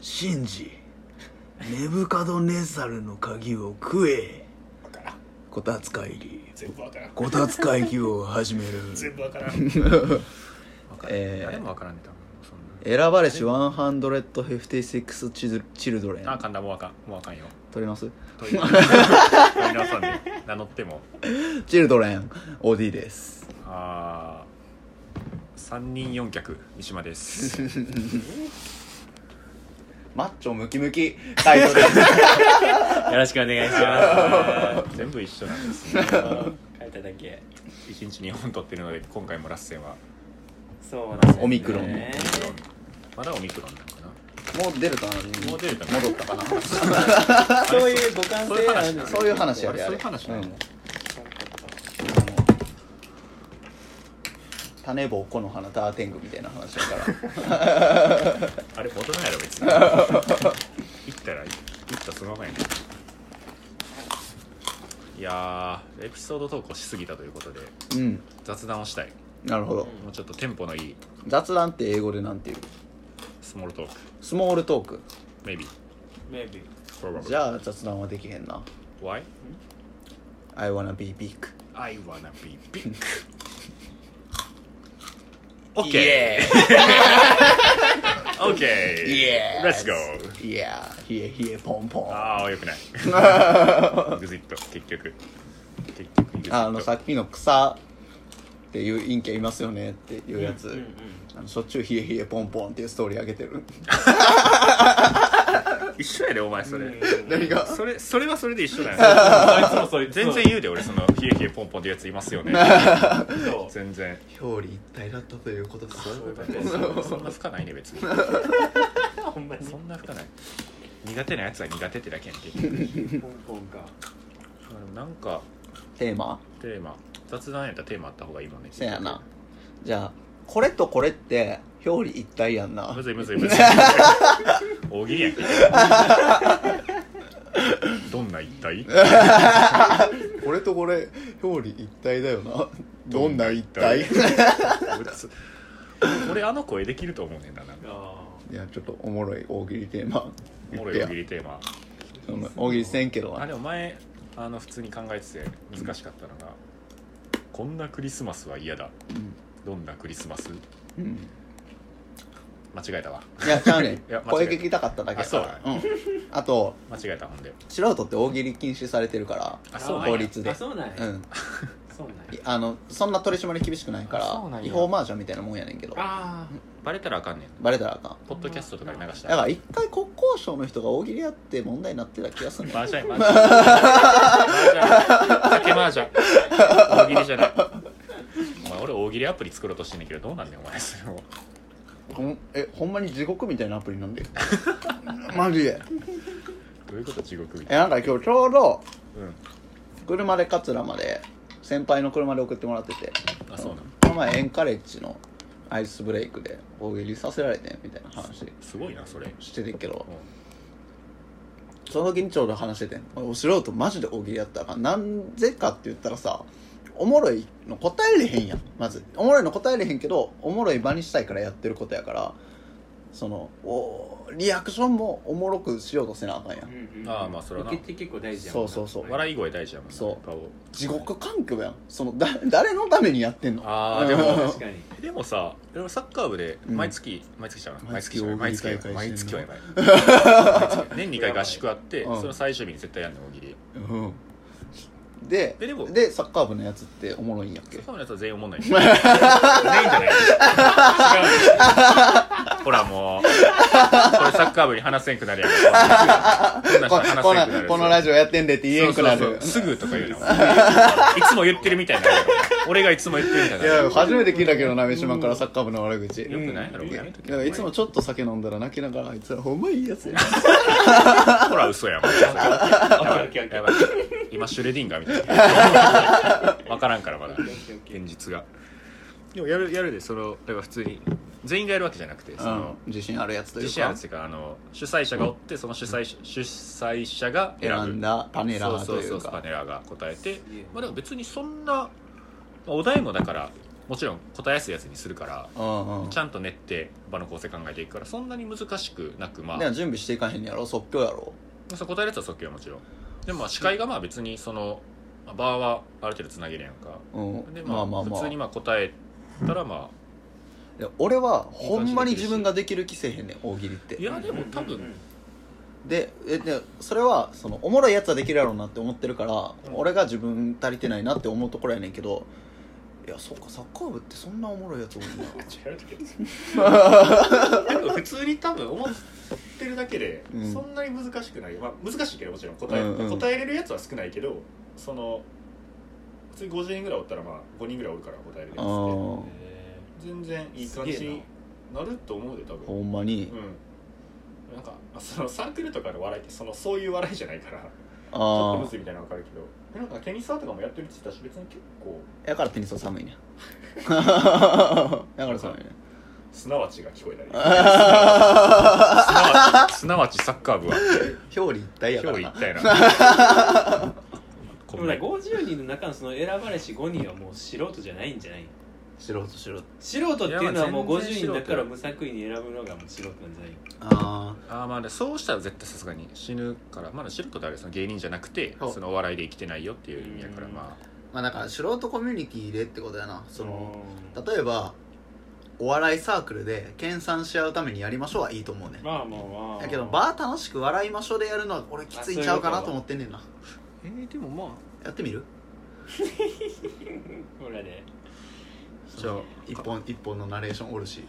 シンジネブカドネサルの鍵を食えわからんこたつ会議全部わからんこたつ会議を始める全部わからんわからんえー誰もわからんね多分そん選ばれし156チルチルドレンなあかんだもうわかんもうわかんよ取ります問い直さ問い直さんで名乗ってもチルドレン OD ですあー三人四脚三島ですマッチョムキムキタイトル ですよろしくお願いします全部一緒なんですね書いただけ一日2本撮ってるので今回もラッセンはそうなんですねオミクロンまだオミクロンなのかなもう出るかなもう出るかな戻ったかなそういう互換性あるんですそういう話やあれであそういれう話なのん種棒この花ダーテングみたいな話だからあれ戻らないやろ 別に行ったら行ったそのままやねいやーエピソード投稿しすぎたということでうん雑談をしたい なるほどもうちょっとテンポのいい雑談って英語でなんていうスモールトークスモールトーク maybe Maybe probably じゃあ雑談はできへんな why I wanna be big I wanna be big イエ OK OK イエ ー Let's go イイエーヒエヒエポンポンあああよ くない EXIT 結局結局 EXIT のさっきの草っていう陰キャいますよねっていうやつ、うんあのしょっちゅうヒエヒエポンポンっていうストーリー上げてる一緒やでお前それ、何がそれそれはそれで一緒だよあいつもそいつ全も然言うで俺その冷え冷えポンポンってやついますよねそう全然表裏一体だったということかそういうことですそんな深ないね別にほんまにそんな深ない苦手なやつは苦手ってだけやんけポンポンかあでもなんかテーマテーマ雑談やったらテーマあった方がいいもんねせやなじゃあこれとこれって表裏一体やんなむずいむずいむずい大喜利やんけどんな一体これとこれ表裏一体だよなどんな一 体俺つ俺あの声できると思うねんななんかあいやちょっとおもろい大喜利テーマおもろい言大って喜や利テーマその大喜利せんけどあなでも前あの普通に考えてて難しかったのが、こんなクリスマスは嫌だうんどんなクリスマスうん間違えたわいやちゃうねんいや間違えた声聞きたかっただけあそううん、あと間違えたほんで素人って大喜利禁止されてるかああそうなんや法律であそうなんやらうんそうなんやいあのそんな取り締まり厳しくないかあそうならんや違法マージョンみたいなもんやねんけどあバレたらあかんねんバレたらあかんポッドキャストとかに流しただからら一回国交省の人が大喜利やって問題になってた気がするんだマよージャンマージャンマージャン酒マージャン大喜利じゃないお前俺大喜利アプリ作ろうとしてんねんけどどうなんねんお前それもほんえほんまに地獄みたいなアプリなんで マジでどういうこと地獄みたえいなんか今日ちょうどうん車で桂まで先輩の車で送ってもらっててあそうなんこの前エンカレッジのアイスブレイクで大喜利させられてんみたいな話すごいなそれしててんけどうんその時にちょうど話しててんお素人マジで大喜利やったらあかんなんぜかって言ったらさおもろいの答えれへんやんまずおもろいの答えれへんけどおもろい場にしたいからやってることやからそのおリアクションもおもろくしようとせなあかんやあうんんうんああまあそれはな受けって結構大事やそうそうそう笑い声大事やもんなそうやっぱ地獄環境やんそのだ誰のためにやってんのあうあんでも確かにでもさでもサッカー部でうん毎月、毎月ちゃうな毎毎月月じゃない毎大喜月利は大会毎して月んはのやばい 年に1回合宿あって、うんその最終日に絶対やんの大喜利うんでえでもでサッカー部のやつっておもろいんやっサけッカー部のやつは全員おもんない全員じゃない違 うほらもうこれサッカー部に話せんくなるやんこんなん話せんくここなるやのつこのラジオやってんでって言えんくそなうそうるそうすぐとか 言うのいつも言ってるみたいな俺がいつも言ってるみたいいなや初めて聞いたけどな三島からサッカー部の悪口よくないやろやめといけやいつもちょっと酒飲んだら泣きながらあいつらほんまいいやつやほら嘘や もんやばオッケーオいッケーオッケーやばい今シュレディンガーみたいな分からんからまだ現実がでもやるやるでそのだから普通に全員がやるわけじゃなくてその、うん自信あるやつという自身あるかっていうかあの主催者がおってその主催者主催者が選ぶ選んだパネラーといそうそそパかネラーが答えてげえまあでも別にそんなまあお題もだからもちろん答えやすいやつにするからうんうんちゃんと練って場の構成考えていくからそんなに難しくなくまあでも準備していかへんやろ即興やろそう答えるやつは即興はもちろんでもまあ司会がまあ別にそのまあバーはある程度つなげるやんかうんでままああまあまあ普通にまあ答えたらまいや俺はほんまに自分ができる気せえへんねん大喜利っあていやでも多分でえでそれはそのおもろいやつはできるやろうなって思ってるから、うん俺が自分足りてないなって思うところやねんけどいやそっかサッカー部ってそんなおもろいやつ多いんだで も普通に多分思ってるだけでうんそんなに難しくない、まあ、難しいけどもちろん答え,、うんうん答えれるやつは少ないけどその普通に50人ぐらいおったらまあ5人ぐらいおるから答えれるやつあっーて全然いい感すじげえになると思うで多分ほんまに、うんなんかそのサークルとかの笑いってそのそういう笑いじゃないからちょっとあむずいみたいなの分かるけどでなんかテニスサーとかもやってるって言ってたし別に結構あだからテニスは寒い ねだから寒いねすなわちが聞 こえたりすなわちす なわちサッカー部は表裏一体やからな体なでもね50人の中のその選ばれし5人はもう素人じゃないんじゃない素人素人素人っていうのはもいうやまあ全然50人だか素ら人無作為に選ぶのがもう素人なんじゃないああーまあねそうしたら絶対さすがに死ぬからまだ素人であれその芸人じゃなくてそうそのお笑いで生きてないよっていう意味やからうんまあまあだから素人コミュニティでってことやなそのうん例えばお笑いサークルで研鑽し合うためにやりましょうはいいと思うねんまあまあまあやけどバー楽しく笑いましょうでやるのは俺きついんちゃうかなと思ってんねんなあえーでもまあやってみるほらねじゃあ一本一本のナレーションおるし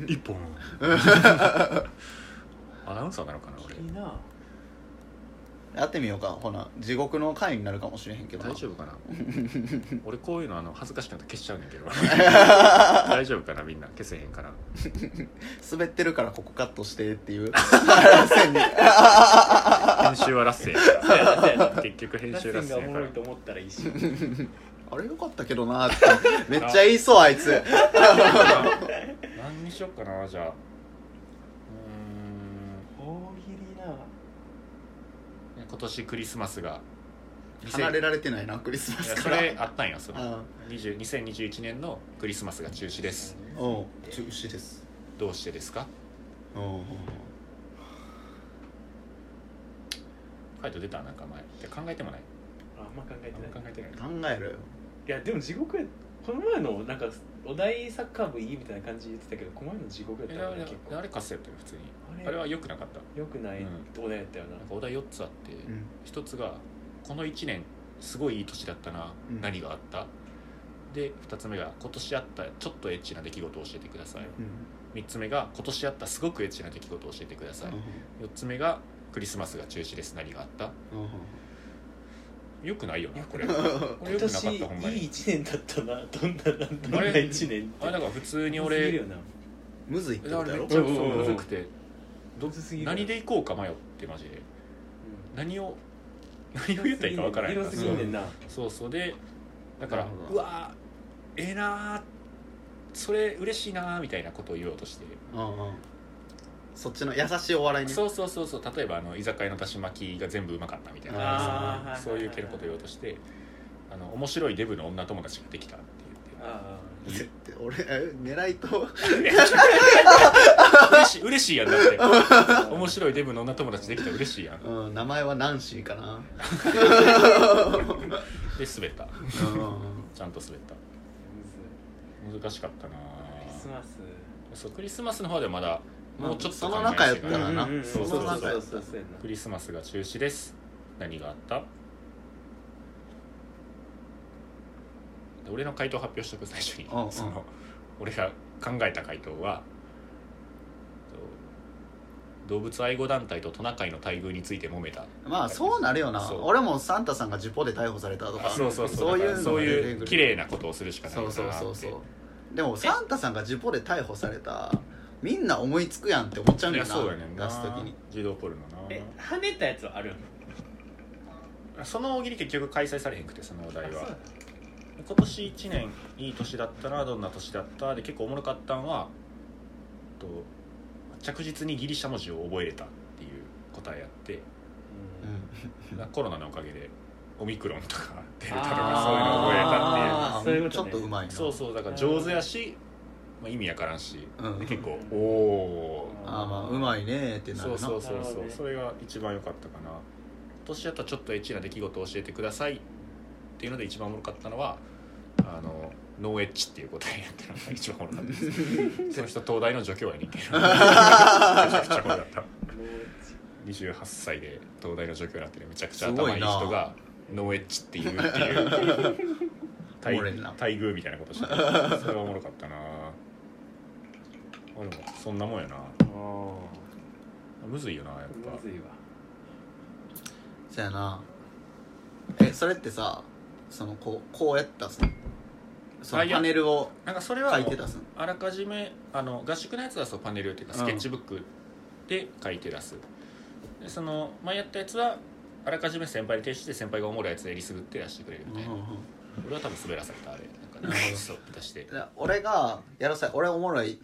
一本アナウンサーなのかないい俺なやってみようかほな地獄の回になるかもしれへんけどな大丈夫か な俺こういうのあの恥ずかしくなって消しちゃうねんけど大丈夫かなみんな消せへんかな滑ってるからここカットしてっ ていう線に編集はラッセそうやなそうやなー結局編ラ集ッラセッンセがおーやもかろらいと思ったらいいしあれよかったけどなってめっちゃ言いそうあいつ何にしよっかなじゃあう大喜利なーん今年クリスマスが離れられてないなクリスマいスやかそられあったんやそのあ20 2021年のクリスマスが中止ですうん中止ですどうしてですかうんファイト出たなんか前って考えてもないあんま考えてあんなまい考えてない考えるよいやでも地獄やこの前のなんかお題サッカー部いいみたいな感じで言ってたけどこの前の地獄やえったらあ結れ構あれカスやったよ普通にああれれはは良くなかったよくないお題やったよななんかお題4つあって、うん一つがこの1年すごいいい年だったな、うん何があったで2つ目が今年あったちょっとエッチな出来事を教えてくださいうん3つ目が今年あったすごくエッチな出来事を教えてください4つ目がクリスマスが中止です何があったうんうんよくないよなこれこれ今よくな年かいったほんまいに一年だったなどんなどんなあれ1年ってあれだから普通に多すぎる俺よな むずいってだこかとらやめっろちゃうんうんうんむずくてどすぎる何で行こうか迷ってマジで何を 何を言ったらいいか分からへん広すぎんねんなそうそうでだからなるほどうわーええなーそれ嬉しいなーみたいなことを言おうとしてうんうんそっちの優しいお笑いねそうそうそうそう例えばあの居酒屋のだし巻きが全部うまかったみたいあーはいはいはないそういう系のことを言おうとしてあの面白いデブの女友達ができたって言ってああ絶対俺 え狙いと嬉しい嬉しいやんだって面白いデブの女友達できた嬉しいやんうん名前はナンシーか なで滑ったうんちゃんと滑った難しかったなクリスーマスそうクリスマスの方ではまだもうちょっとその考え中やしってたかららなうんうんうんそそううそそううそそううそうそうそうやなクリスマスが中止です何があった俺の回答発表しとく最初に、うんうんその俺が考えた回答はと動物愛護団体とトナカイの待遇について揉めたまあそうなるよなそう俺もサンタさんがジポで逮捕されたとかそうそうそうそういうのがそうい出てくうる綺麗なことをするしかないそかうなそうそってうそうでもサンタさんがジポで逮捕されたみんな思いつくやんって思っちゃうんいだやよそうやねんなな出す時に児童ポルノえ跳ねたやつはあるなその大喜利結局開催されへんくてそのお題あそうは今年1年いい年だったなどんな年だったで結構おもろかったんはと着実にギリシャ 文字を覚えれたっていう答えやってうんうんコロナのおかげでオミクロンと かデルタとかあーあーそういうことちょねっとうまいなそういうのを覚えたっていうそうそうだから上手やし、まあ、意味わからんし、うんで結構おおーあーまあうまいねーってなるそなうそうそうなるほそどうねそれが一番良かったかな今年やったらちょっとエッチな出来事を教えてくださいっていうので一番おもろかったのはあのノーエッチっていう答えやったのが一番おもろかった ですその人東大の助教やにっていうのがめちゃくちゃこれだった28歳で東大の助教になってるめちゃくちゃ頭いい人がノーエッチって言うっていうお待もろいな待遇みたいなことしてるそれはおもろかったな俺もそんなもんやなむずいよなやっぱむずいわそやなえそれってさそのこうこうやったさそあのいやパネルをなんかそれは書もいうて出すのあらかじめあの合宿のやつはそうパネルっていうかうんスケッチブックで書いて出す、でその前やったやつはあらかじめ先輩に提出して先輩がおもろいやつでえりすぐって出してくれるみたいな、俺は多分滑らされたあれなんかねそう出してだから俺がやらせ俺おもろい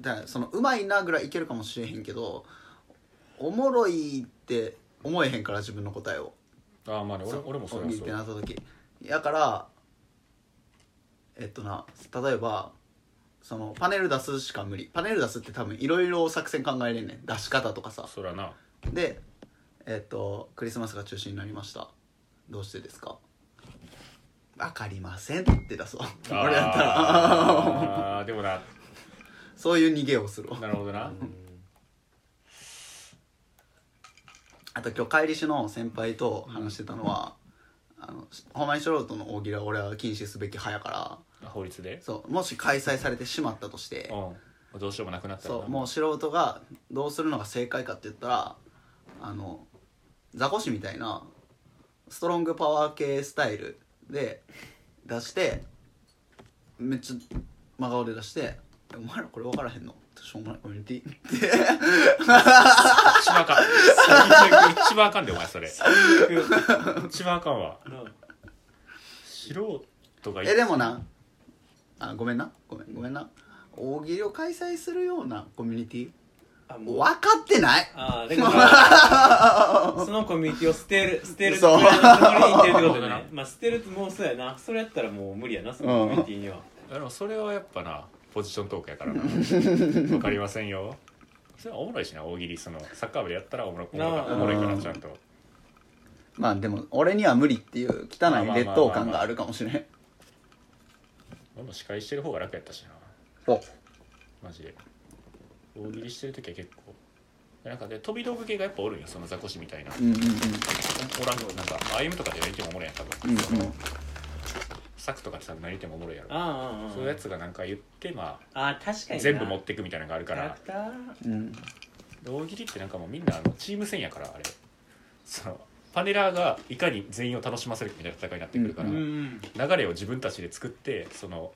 だからそのうまいなぐらいいけるかもしれへんけどおもろいって思えへんから自分の答えをああまあね俺俺もそれはにそっうてなった時やからえっとな例えばそのパネル出すしか無理パネル出すって多分いろいろ作戦考えれんねん出し方とかさそら なでえっとクリスマスが中止になりましたどうしてですかわかりませんって出そう俺やったら あーでもなそういう逃げをするわなるほどなあと今日帰りしの先輩と話してたのは、あのほんまに素人の大喜利は俺は禁止すべき派やか法律でらそうもし開催されてしまったとしてうんどうしようもなくなったらなそうもう素人がどうするのが正解かって言ったらあのザコシみたいなストロングパワー系スタイルで出してめっちゃ真顔で出して「お前らこれ分からへんの?」しょうもないコミュニティ」一番あか ん最悪一番あかんでお前それ一番あかんわな素人がえでもなあごめんなごめんごめんな大喜利を開催するようなコミュニティあも分うかってないああだからそのコミュニティを捨てる捨てるつもりにいってるってことねまあ捨てるともうそうやなそれやったらもう無理やなそのコミュニティにはあでもそれはやっぱなポジショントークやからなわかりませんよそれはおもろいしな大喜利そのサッカー部でやったらおもろおもろかなあおもろいからちゃんとまあでも俺には無理っていう汚い劣等感があるかもしれん俺も司会してる方が楽やったしなおマジで大喜利してる時は結構なんかで飛び道具系がやっぱおるんよそのザコシみたいなうんうんおらんよなんか歩むとかでやりてもおもろいやん多うんう分、んうん策とかでさ何言ってもおもろいやろああああそういうやつがなんか言ってまああ確かあに全部持っててくみたいなのがあるキかャラらクターうん大喜利ってなんかもうみんなあのチーム戦やからあれそのパネラーがいかに全員を楽しませるかみたいな戦いになってくるから、うんうん流れを自分たちで作ってその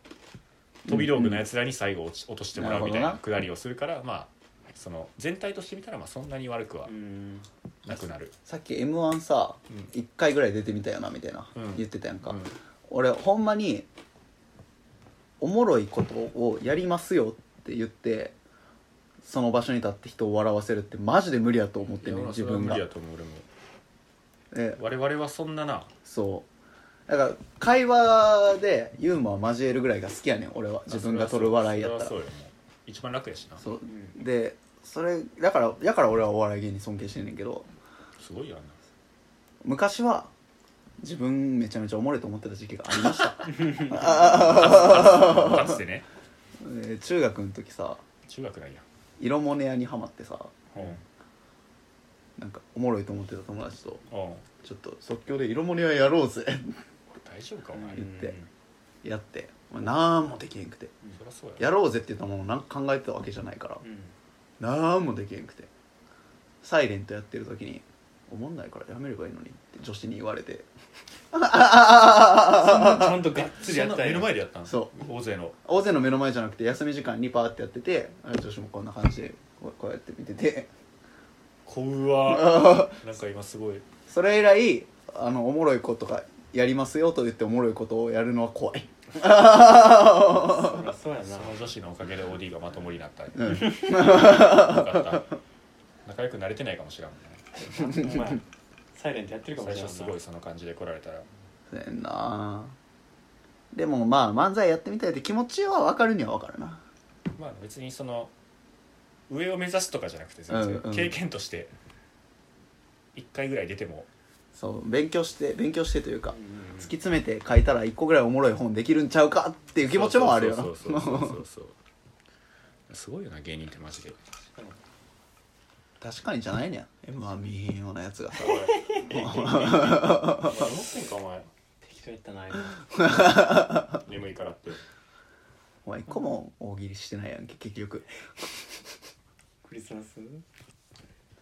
飛び道具のやつらに最後落ち落としてもらうみたいななるほくだりをするからまあその全体として見たらまあそんなに悪くはうんなくなる、さっき m 1さうん1回ぐらい出てみたよなみたいなうん言ってたやんか、うん俺ほんまにおもろいことをやりますよって言ってその場所に立って人を笑わせるってマジで無理やと思ってんねん自分が無理やと思う俺もで我々はそんななそうだから会話でユーモア交えるぐらいが好きやねん俺は自分が取る笑いやったらそそれうはそうよもう一番楽やしなうんでそれだからだから俺はお笑い芸人尊敬してんねんけどすごいよあんな昔は自分めちゃめちゃおもろいと思ってた時期がありました、 かつてねえー中学の時さ中学なんや、色モネ屋にハマってさうんうんなんかおもろいと思ってた友達と大ちょっと即興で色モネ屋やろうぜ 丈夫かお前、うん言ってやって、まあ、なんもできへんくてそりゃそうややろうぜって言ったものなんか考えてたわけじゃないからうんなんもできへんくて「サイレントやってる時に「おもんないからやめればいいのに」って女子に言われて そんなちゃんとがっつりやっそんなたん目やの前でやったんそ大勢の大勢の目の前じゃなくて休み時間にパーってやっててあ女子もこんな感じでこうこうやって見ててこうわ なんか今すごいそれ以来あのおもろいことがやりますよと言っておもろいことをやるのは怖いそりゃそうやそなの女子のおかげで OD がまともになったようんかった仲良くなれてないかもしれんもんねお前サイレントやってるかも最しれな初いすごいその感じで来られたらそうやんなでもまあ漫才やってみたいって気持ちは分かるには分かるなまあ別にその上を目指すとかじゃなくて全然、うんうん経験として1回ぐらい出てもそう勉強して勉強してというかき突き詰めて書いたら一個ぐらいおもろい本できるんちゃうかっていう気持ちもあるよなそうそうそうそうそうそうすごいよな芸人ってマ ジで確かにじゃないねん m 1見えんようなやつがさ お前思ってんかお前適当やったな今眠いからってお前一個も大喜利してないやんけ結局クリスマスいやー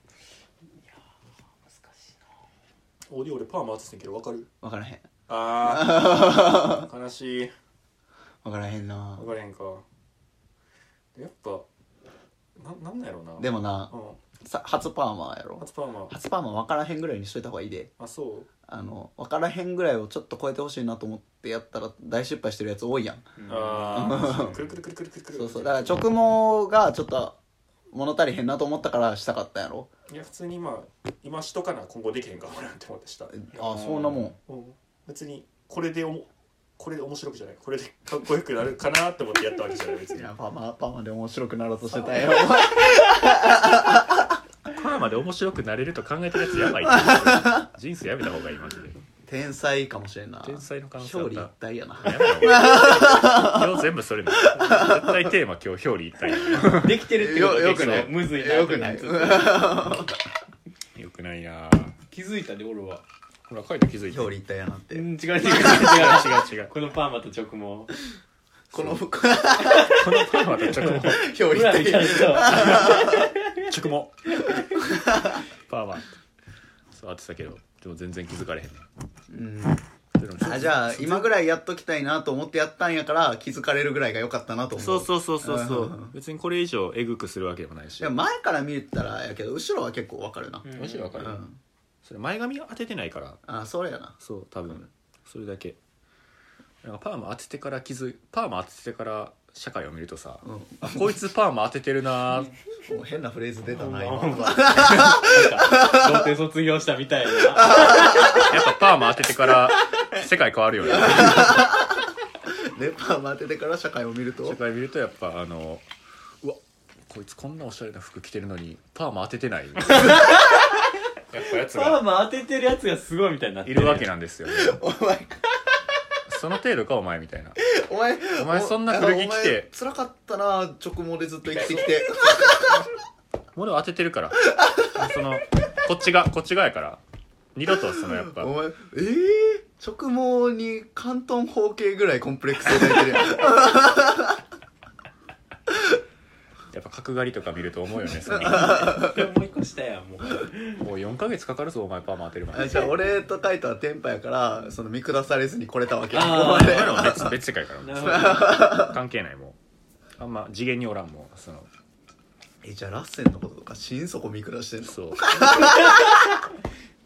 難しいなオーディオ俺パーマ当ててんけど分かる分からへんああ悲しい分からへんな分からへんかやっぱななんなんやろうなでもなうさ初パーマやんろ初パーマ初パーマ分からへんぐらいにしといた方がいいであそうあの分からへんぐらいをちょっと超えてほしいなと思ってやったら大失敗してるやつ多いやんああくるくるくるくるくるくるそうそうだから直毛がちょっと物足りへんなと思ったからしたかったんやろいや普通にまあ今しとかな今後できへんかもなって思ってしたああそんなもんうん別にこれでおもこれで面白くじゃないこれでかっこよくなるかなって思ってやったわけじゃない別いにやパーマパーマで面白くなろうとしてた よパーマで面白くなれると考えてるやつや ばい人生やめた方がいいマジで天才かもしれんな天才の可能性あ表っ裏一た体やなやめろ今日全部それな絶対テーマ今日表裏一体できてるってことよ結構よくないむずいなよくないと思ってよくないな気づいたで俺はほら書いて気づい表裏一体やなっうてん違う違う違う違違うう違う違うこのパーマと直毛この表このパーマと直毛裏裏一見体たらさ直毛パーマそう合ってたけどでも全然気づかれへんねうんでもそうあじゃあ今ぐらいやっときたいなと思ってやったんやから気づかれるぐらいが良かったなと思うそうそうそうそうそうんうんうう別にこれ以上えぐくするわけでもないしでも前から見たらやけど後ろは結構わかるなうんむしろわかうる、んそれ前髪当ててないからあそれやなそう多分それだけなんかパーマ当ててから傷パーマ当ててから社会を見るとさ、うんあこいつパーマ当ててるなーもう変なフレーズ出たな今ほんまなんか童貞卒業したみたいなやっぱパーマ当ててから世界変わ るよねでパーマ当ててから社会を見ると世界見るとやっぱあのうわこいつこんなおしゃれな服着てるのにパーマ当ててない やっぱやつパーがマ当ててるやつがすごいみたいになっ ているるわけなんですよ、ね、お前その程度かお前みたいなお前お前そんな古着着てお前辛かったな直毛でずっと生きてきて 物当ててるからそのこっちがこっち側やから二度とそのやっぱお前ええ直毛に関東方形ぐらいコンプレックス抱いてるやんやっぱ角刈りとか見ると思うよね そのでももう一個したやんもうもう4ヶ月かかるぞお前パーマ当てるまあでじゃあ俺とカイトはテンパやからその見下されずに来れたわけやあーおお前前らは別別世界からなるほど関係ないもうあんま次元におらんもうそのえじゃあラッセンのこととか心底見下してんの そう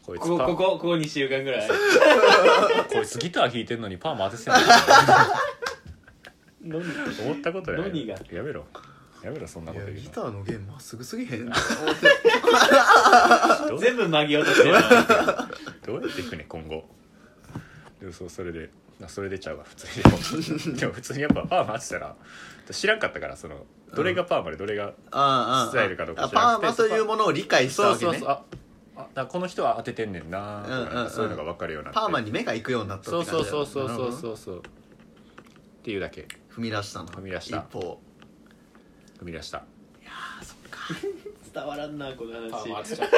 こいつここパここここ2週間ぐらいこいつギター弾いてんのにパーマ当ててない 飲んで思ったことない何がやめろやめろそんないことや言うギターの弦まっすぐすぎ へんの全部曲げようとしてるなどうやっていくね今後でもそうそれであそれでちゃうわ普通にでも普通にやっぱパーマ当てたら知らんかったからそのどれがパーマでどれが、ああスタイルかどうかあ知らなくパーてマというものを理解したそうわけそうねそうああだからこの人は当ててんねんなーとかうんうんうんそういうのが分かるようになってパーマに目が行くようになったそうそうそうそうそううそうそうっていうだけ踏み出したの踏み出した一歩踏み出した伝わらんなこのパーマ当話てちゃっ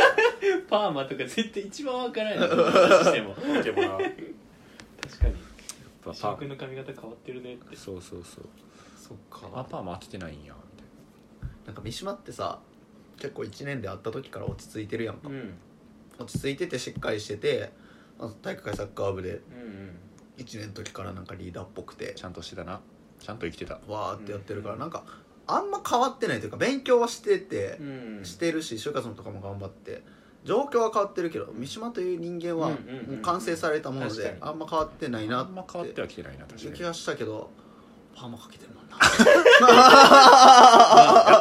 パーマとか絶対一番わから んやんこの話してもたでもなやっ確かにぱパシャー君の髪型変わってるねってそうそうそうそっあパーマ当ててないんやみたいなんか三島ってさ結構1年で会った時から落ち着いてるやんうか、んうん落ち着いててしっかりしててあと体育会サッカー部でうん1年の時からなんかリーダーっぽくてなちゃんとしてたなちゃんと生きてたわーってやってるから、うんなんかあんま変わってないというか勉強はしてて、うんしてるし就活のとかも頑張って状況は変わってるけど三島という人間はうんうんうんうんもう完成されたもの確かでにあんま変わってないなあっんま変わっててはきてないな確か気にやっがしたけどパーマかけてるもんな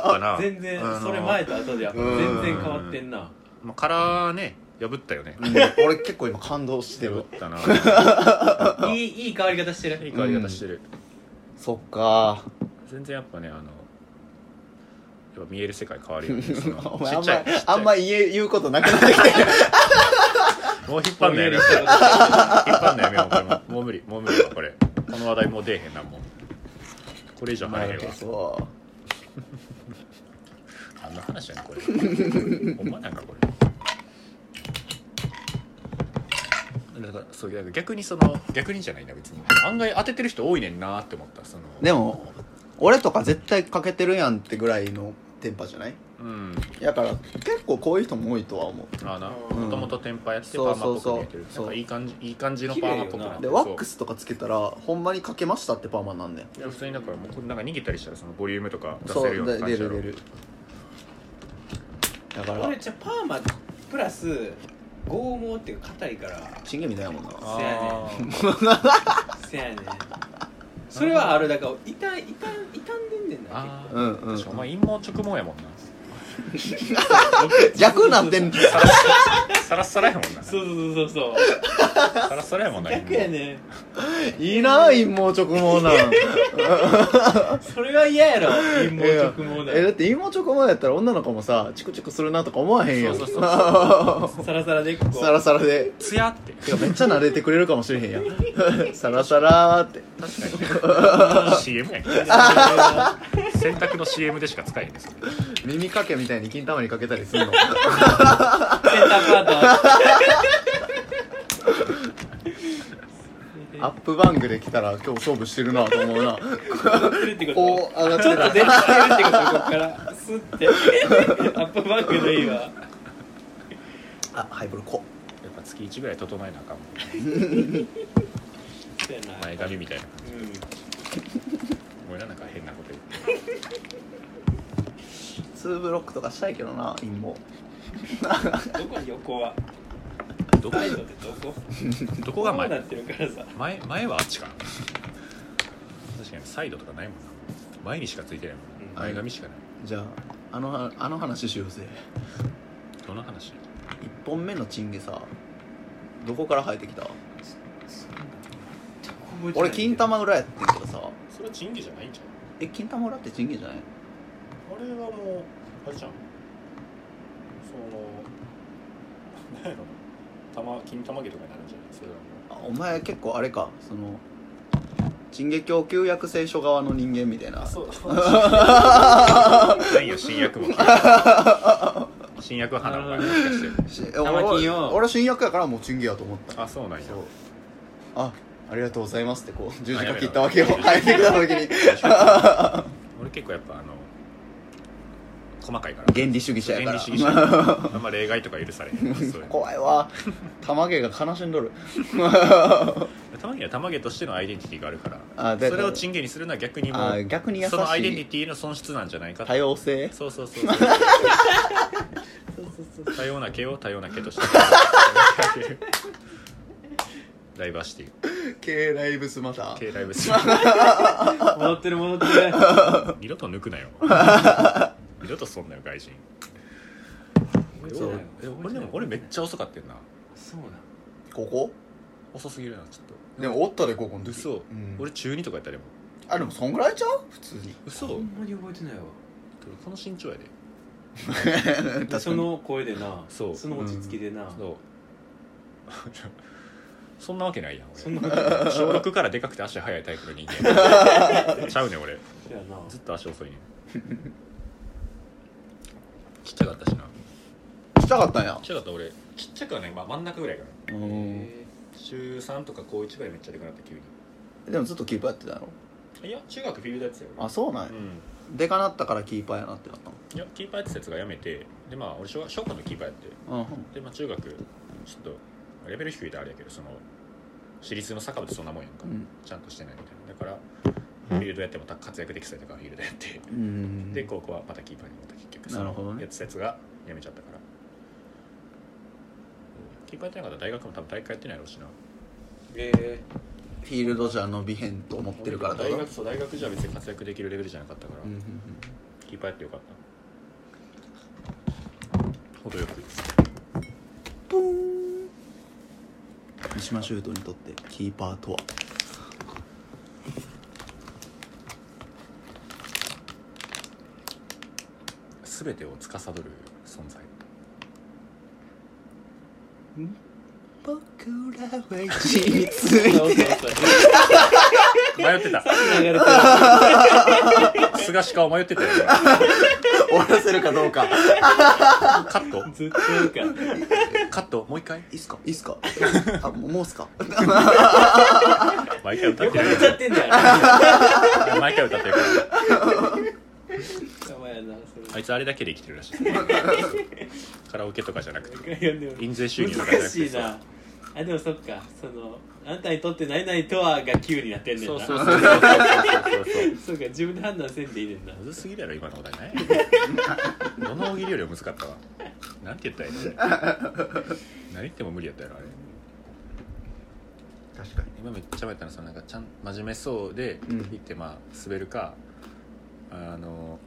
ぱな全然あのそれ前と後でやっぱ全然変わってんなまあ、カラーね破ったよねうん俺結構今感動して破るったないいいい変わり方していいる変わり方してる、そっか全然やっぱねあのやっぱ見える世界変わるよねそのおち前あっんちゃいちっちまゃあいんま言え言うことなくなってきてるもう引っ張んないよ、ね、ぼんやりしてる引っ張んないよ、もうこれももう無理もう無理だこれこの話題もう出えへんなもうこれ以上入れへん わそうあんな話やねこれほんまなんかこれだからそうだから逆にその逆にじゃないな別に案外当ててる人多いねんなって思ったそのでも俺とか絶対欠けてるやんってぐらいの電波じゃないうんだから結構こういう人も多いとは思うああなうんもともとテンパやってパそうーマそうっぽそうく見えてるなんそかういい感じいい感じのパーマっぽくなって綺でそうワックスとかつけたらほんまにかけましたってパーマなんねんいや普通になんかもうこれなんか逃げたりしたらそのボリュームとか出そせるよううなで感出じだるろ出るだから俺じゃあパーマプラス剛毛っていうか硬いからチンゲみたいやもんなあーせやねんそれはあるだから傷ん傷ん傷んでんねんなあーうんうん確かお前陰謀直毛やもんな弱な ってんそさらっさらやもんなさうそうそうそうらっさらやもんな逆やねんいいな陰謀直毛なんそれは嫌やろ陰謀直毛えだっだて陰謀直毛やったら女の子もさチクチクするなとか思わへんやんそうそうサラサラでここサラサラでつやっててかめっちゃ慣れてくれるかもしれへんやん サラサラーって確か に CM やね洗濯の CM でしか使えへんです耳かけみたいに金玉にかけたりするの センターパートアップバングで来たら今日勝負してるなと思うな出るってことこう上ちょがっっとて出るてるってことここからスッて アップバックでいいわあハイボールこやっぱ月1ぐらい整えなあかんもんそうやな前髪みたいなうんごめんななんか変なこと言ってうツーブロックとかしたいけどな陰謀どこ横はどこサイドってどこどこがこうなっ前てるからさ前前はあっちかな確かにサイドとかないもんな前にしかついてないもんなうん前髪しかないじゃああのあの話しようぜどんな話1本目のチンゲさどこから生えてきた俺金玉裏やってんけどさそれはチンゲじゃないんじゃんえ金玉裏ってチンゲじゃないあれはもうあれじゃんその何やろ玉金玉毛とかになるんじゃないそれはもあお前結構あれかそのチンゲ供給薬聖書側の人間みたいなそうないよ新薬も新薬は花の前にしかしてるし玉金を俺新薬やからもうチンゲやと思ったあそうなんやそうあありがとうございますってこう十や字め架ろ切ったわけよ入ってきた時に俺結構やっぱあの細かいから原理主義者や原か理主義者ら あんま例外とか許されへん そういうの怖いわ玉毛が悲しんどる玉毛は玉毛としてのアイデンティティがあるからあだそれをチンゲにするのは逆にもあう逆に優しそのアイデンティいティの損失なんじゃないか多様性そうそうそうそう多様な毛を多様な毛としてダイバーシティ K ライブスマター毛ライブす戻ってる戻ってる二度と抜くなよ二度とそんなよ外人そうえ俺でも俺めっちゃ遅かったよなそうなここ遅すぎるなちょっとでもおったでここの時嘘、うん俺中2とかやったでもあでもそんぐらいちゃう普通に嘘ほんまに覚えてないわこの身長やで確かにその声でなそうその落ち着きでなそうそんなわけないやんそん俺なこと小6からでかくて足速いタイプの人間ちゃうねん俺やなずっと足 遅いねんちっちゃかったしなちっちゃかったんちやっちゃかった俺ちっちゃくはね、まあ、真ん中ぐらいかなうんへ中3とか高1ぐらいめっちゃでかなって急にでもずっとキーパーやってたのいや中学フィールドやってたよ俺あそうなんやうんでかなったからキーパーやなってなったいやキーパーやってたやつが辞めてでまあ俺小学小学校のキーパーやってのうんで、まあ、中学ちょっとレベル低いであれやけどその私立のサッカー部ってそんなもんやんか、うんちゃんとしてないみたいなだからフィールドやってもた活躍できたりとかフィールドやって、うんで高校はまたキーパーにまた結局そなるほどのねやってたやつが辞めちゃったから、うんキーパーやってなかったら大学も多分大会やってないやろうしなえフィールドじゃ伸びへんと思ってるからだ大ろ学そう大学じゃ別に活躍できるレベルじゃなかったから、うんうんうんキーパーやってよかった程よくプーン島修斗にとってキーパーとは全てを司る存在僕らは一について 迷ってた流れてる菅氏顔迷ってたよね終わらせるかどうかカットずっとなんかカットもう一回いいっすかいいっすかあもうもうっすか毎回歌っ横てる出ちゃ ってんだよな毎回歌ってるからやばいなあいつあれだけで生きてる らしいカラオケとかじゃなくてそれいやでも印税収入とかじゃな難くてしいなあでもそっかそのあんたにとって何々とはが9になってんねんそなうそうそうそうそうそうそうそうか自分で判断せんでいいねんなむずすぎるやろ今のお題 ねどの大喜利よりもむずかったわなんて言ったらいいの何言っても無理やったやろあれ確かに今めっちゃ迷ったのそのなんかちゃん真面目そうでうん言ってまあ滑るか、あの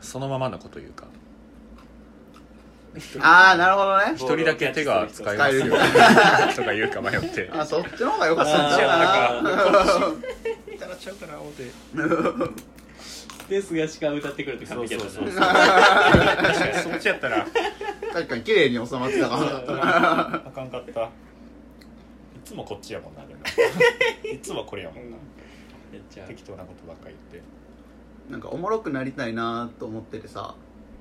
そのままのこと言う かああなるほどね一人だけ手が使えますよとか言うか迷ってあそっちの方が良かったんあちーゃうかな言ったらちゃうかな思ってですがしか歌ってくるってそうそ完璧うやっそたうな確かにそっちやったら確かに綺麗に収まってたか あかんかったいつもこっちやもん なでもいつもこれやもんなやっちゃう適当なことばっかり言ってらなんかおもろくなりたいなと思っててさ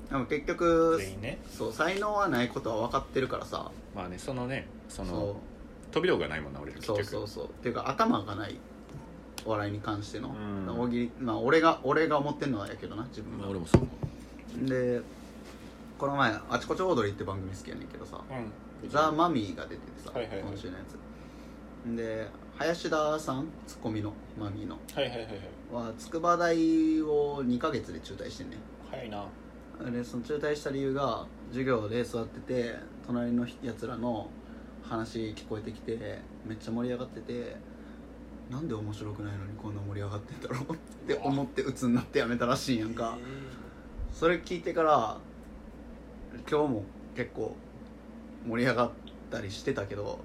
でも結局全員ねそう才能はないことは分かってるからさまあねそのねそのそ飛び道具がないもんな俺らう結そう局そうそうっていうか頭がないお笑いに関してのうん大喜利まあ俺が俺が思ってんのはやけどな自分まがあ俺もそう思でこの前「あちこちオードリー」って番組好きやねんけどさううんザ・マミーが出ててさ、はいはいはい今週のやつで林田さんツッコミのマミーのはいはいはいはいは筑波大を2ヶ月で中退してんね早い なでその中退した理由が授業で座ってて隣のやつらの話聞こえてきてめっちゃ盛り上がっててなんで面白くないのにこんな盛り上がってんだろうって思って鬱になってやめたらしいんやんかそれ聞いてから今日も結構盛り上がったりしてたけど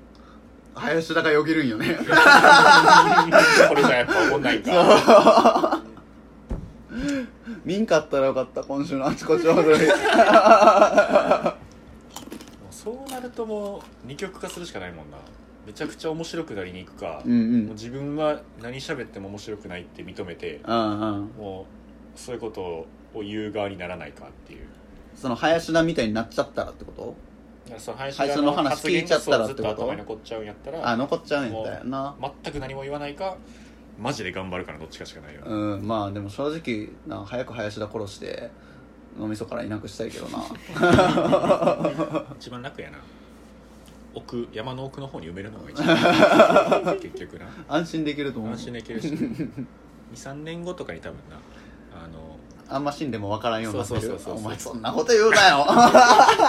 林田がよぎるん よねこれじゃやっぱ思んないんか見んかったらよかった今週のあちこち 踊りもうそうなるともう二極化するしかないもんなめちゃくちゃ面白くなりに行くか、うんうんもう自分は何喋っても面白くないって認めてうんうんもうそういうことを言う側にならないかっていうその林田みたいになっちゃったらってことだからその配はいその話聞いちゃったらってずことっと頭に残っちゃうんやったあら残っちゃうんやったよな全く何も言わないかマジで頑張るからどっちかしかないよ、うんまあでも正直な早く林田殺して脳みそからいなくしたいけど な一番楽やな奥山の奥の方に埋めるのが一番 結局な安心できると思う安心できるし23年後とかに多分なあのあんま死んでもわからんようになっそてうるそうそうそうお前そんなこと言うなよ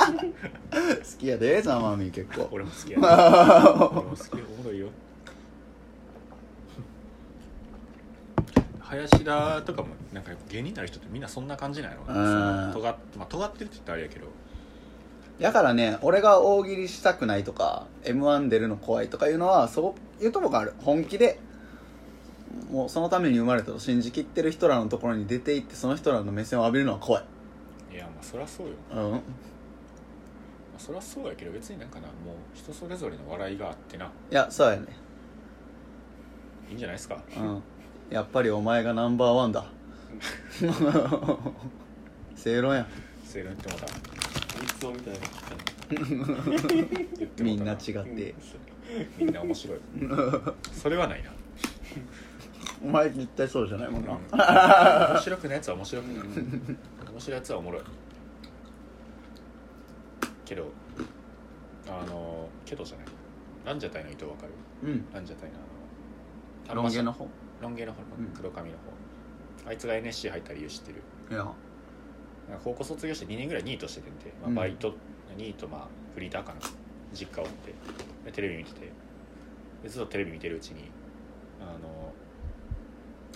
好きやでザマミー結構俺も好きや な俺も好きよおもろいよ林田とかもなんかやっぱ芸人になる人ってみんなそんな感じなのうん尖っ,、まあ、尖ってるって言ったらあれやけどだからね俺が大喜利したくないとか m 1出るの怖いとかいうのはそういうとこがある本気でもうそのために生まれたと信じきってる人らのところに出て行ってその人らの目線を浴びるのは怖いいやまあそりゃそうようんまあそりゃそうやけど別になんかなもう人それぞれの笑いがあってないやそうやねいいんじゃないですかうんやっぱりお前がナンバーワンだ 正論や正論言ってもらったいつもみたいな言ってもみうんたな違ってみんな面 白いそれはないなお前絶対そうじゃないもんな面白くないやつは面白くない面白いやつはおもろいけどあのけどじゃないランジャタイの糸わかるうんランジャタイのあのロン毛の方ロン毛の方うん黒髪の方、あいつが NSC 入った理由知ってるいやなんか高校卒業して2年ぐらいニートしててんて、まうあ、んバイト、ニートまあフリーターかな実家をってでテレビ見ててでずっとテレビ見てるうちにあの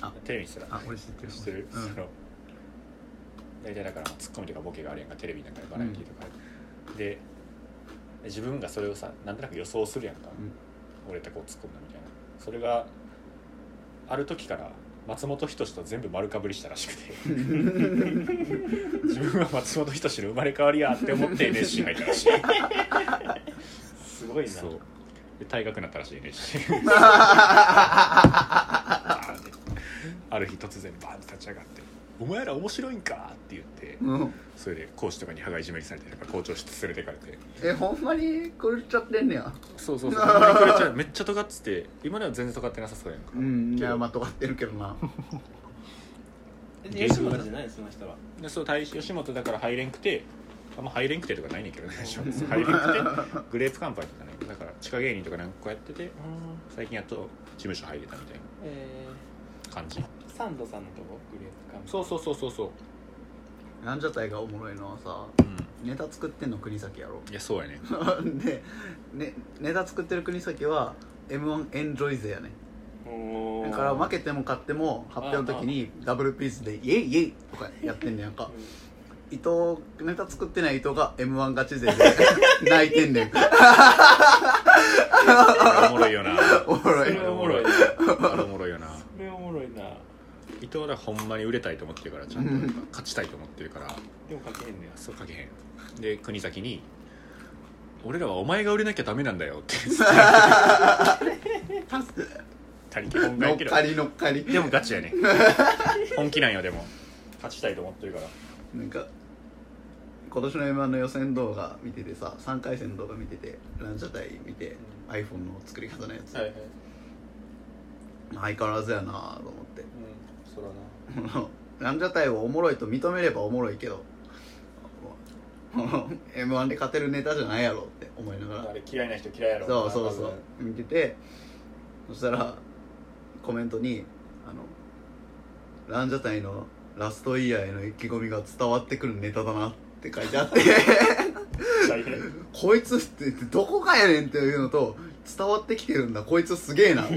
あテレビ見てたらあ俺知ってるしてる、うんその大体だからツッコミとかボケがあるやんかテレビなんかでバラエティーとかで、でで自分がそれをさなんとなく予想するやんか、俺とこう突っ込んだみたいなそれがある時から松本人志と全部丸かぶりしたらしく て自分は松本人志の生まれ変わりやって思って NSC 入ったらしいすごいなそうで退学になったらしい NSC ある日突然バーンと立ち上がって「お前ら面白いんか?」って言ってうん、それで講師とかに羽がいじめにされてなんか校長室連れてかれてえほんまに狂っちゃってんねやそうそうそうほんまにこれちゃうめっちゃ尖ってて今では全然尖ってなさそうやんかうんいやまあ尖ってるけどなえ吉本じゃないのその人はでそう大使吉本だから入れんくてあんま入れんくてとかないねんけど ね入れんくてグレープカンパニーとかねだから地下芸人とかなんかこうやってて最近やっと事務所入れたみたいえな感じー、サンドさんのとこグレープカンパそうそうそうそうそうランジャタイがおもろいのはさうんネタ作ってんの国崎やろ いやそうやねで、ね、ネタ作ってる国崎は m 1エンジョイ勢やねおだーから負けても勝っても発表の時にダブルピースでイエイイエイとかやってんねやんか伊藤ネタ作ってない伊藤が m 1勝ち勢で 泣いてんね んおもろいよなおもろそいれはおもろいあれおもろいよなそれはおもろいな伊藤らほんまに売れたいと思ってるからちゃんとうん勝ちたいと思ってるからでも書けへんのやそうかけへんで国崎に「俺らはお前が売れなきゃダメなんだよ」って他力本願乗やっけどかり乗っかりでもガチやね本気なんよでも勝ちたいと思ってるからなんか今年の m 1の予選動画見ててさ3回戦の動画見ててランジャタイ見て、iPhone の作り方のやつ、いはい相変わらずやなと思ってうんそらなこのランジャタイをおもろいと認めればおもろいけど m 1で勝てるネタじゃないやろって思いながられ嫌いな人嫌いやそうそうそう見ててそしたらコメントに「あのランジャタイのラストイヤーへの意気込みが伝わってくるネタだな」って書いてあってこいつってどこかやねんっていうのと伝わってきてるんだこいつすげえなって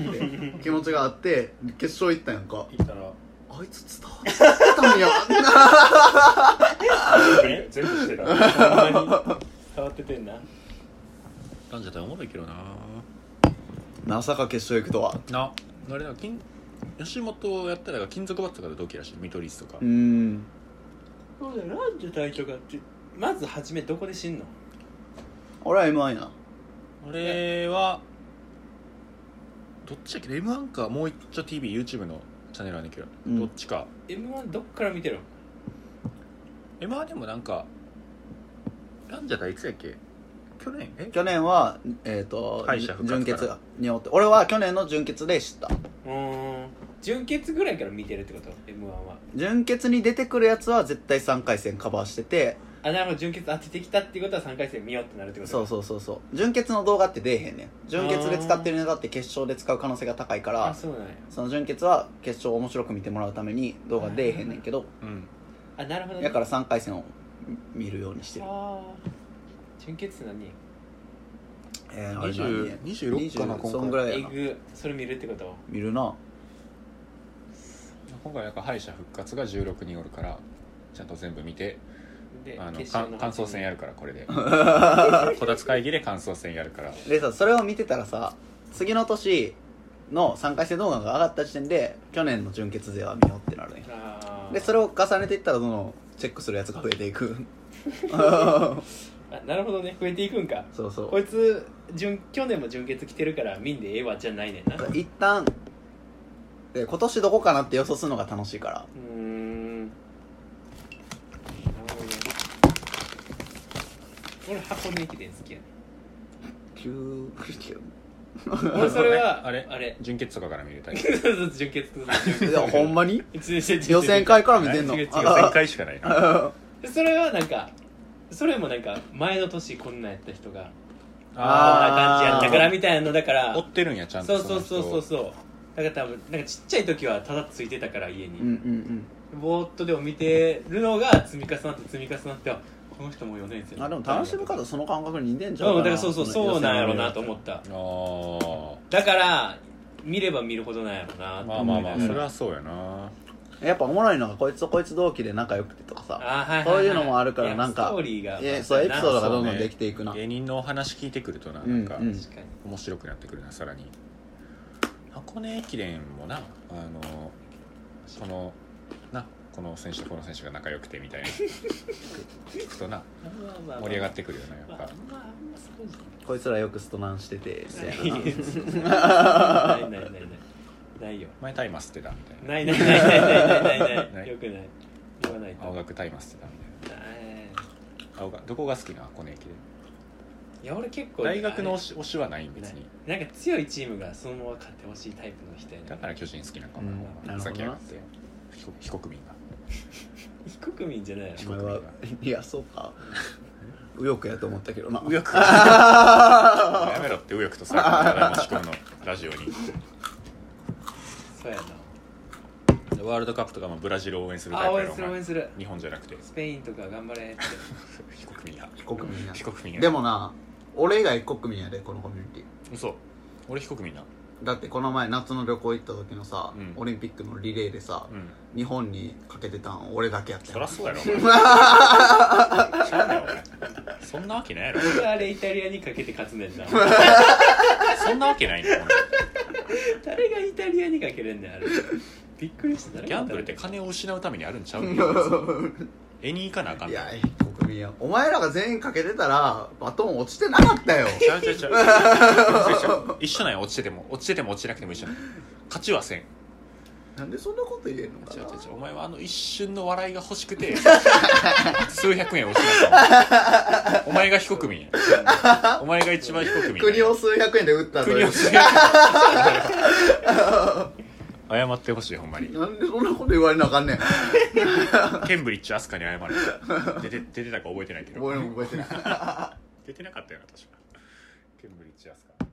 気持ちがあって決勝行ったやんか言ったらあいつ伝わってきたんや全部してたほんまに伝わっててんなランジャタイおもろいけどなまさか決勝行くとはなあれだ金吉本やったら金属バットとかで同期らしい見取り図とか、んそうだよランジャタイとかってまず初めどこで死んの俺は m 1や俺はどっちだっけ m 1かもう一丁 TVYouTube のチャンネルあんねんけど、うんどっちか m 1どっから見てるの m 1でもなんかランジャタイいつやっけ去年え去年はえっ、と敗者復純活から潔によって俺は去年の純潔で知ったうーん純潔ぐらいから見てるってこと m 1は純潔に出てくるやつは絶対3回戦カバーしててあなるほど純潔当ててきたっていうことは3回戦見ようってなるってことそうそうそうそう純潔の動画って出えへんねん純潔で使ってるネタって決勝で使う可能性が高いかあらそうなんやその純潔は決勝を面白く見てもらうために動画出えへんねんけどうんあなるほどねだから3回戦を見るようにしてるあー純潔って何えー、あれ20 26かな20今そ回んぐらいえやなぐそれ見るってこと見るな今回なんか敗者復活が16人おるからちゃんと全部見てであの決か勝の感想戦やるるからこれでこたつ会議で感想戦やるからでさそれを見てたらさ次の年の3回戦動画が上がった時点で去年の純潔勢は見ようってなるねあーでそれを重ねていったらどんどんチェックするやつが増えていく あなるほどね増えていくんかそうそうこいつ純去年も純潔来てるから見んでええわじゃないねんなう一旦で今年どこかなって予想するのが楽しいからーんなるほどね俺箱根駅伝好きやね急急俺それはあれあれ純潔とかから見るタ イプそうそう純潔といやほんまに予予選会から見てんの違う違うあ予選会しかないなそれはなんかそれもなんか前の年こんなんやった人がこんあな感ーじやったからみたいなのだから追ってるんやちゃんそとうそうそうそうそそうだから多分なんかちっちゃい時はただついてたから家に、 うんうんぼーっとでも見てるのが積み重なって積み重なってあこの人も4年生うんあでも楽しみ方その感覚に似てんじゃうんんだからそうそうそうなんやろうなと思思ったの人あだから見れば見るほどなんやろうなあとまあ思まあいなまがらあそれはそうやなやっぱおもろいのがこいつとこいつ同期で仲良くてとかさあーはいはいはいそういうのもあるからなんいやかストーリーがいやそうエピソードがどんどんそうねできていくな、芸人のお話聞いてくるとなうなんんかうん確かに面白くなってくるなさらに箱根駅伝もなあのこのなこの選手とこの選手が仲良くてみたいな聞くとな盛り上がってくるよなやっぱまああんまそうじゃないこいつらよくストナンして てみたいなないないないないないよ前タイマスってたみたいなないないないないないないないないよくない言わないと青学タイマスってたみたえいな青学どこが好きな箱根駅伝ーいや俺結構大学の推しし推しはないん別になんか強いチームがそのまま勝ってほしいタイプの人やねだから巨人好きなんかもうんなるほどなさっき上がって非国非国民が非国民じゃないよお前はいやそう か右翼やと思ったけどな右翼やめろって右翼とさ持ち込むのラジオにそうやなワールドカップとかもブラジルを応援するタあイプ応や援ろするお応前援する日本じゃなくてスペインとか頑張れって非国民や非 国民や非国民やでもな俺以外一国民やでこのコミュニティ嘘俺非国民なだってこの前夏の旅行行った時のさ、うんオリンピックのリレーでさ、うん日本にかけてたん俺だけやったそよりゃそうやろお前知らんよ俺そんなわけないやろ僕はあれイタリアにかけて勝つねんなそんなわけないんだよ誰がイタリアにかけれんねんあれびっくりしたギャンブルって金を失うためにあるんちゃうん絵に行かなあかん いのや非国民やお前らが全員かけてたらバトン落ちてなか ったよちゃうちゃうちゃう一緒なんよ落ちてても落ちてても落ちなくても一緒なんよ勝ちはせんなんでそんなこと言えんのか違うな違う違うお前はあの一瞬の笑いが欲しく て数百円を失ったお前お前が非国民やお前が一番非国民や国を数百円で打ったの国にを数百円謝ってほしいほんまになんでそんなこと言われなあかんねんケンブリッジ飛鳥に謝る出て出てたか覚えてないけど俺も覚えてない出てなかったよな確かケンブリッジ飛鳥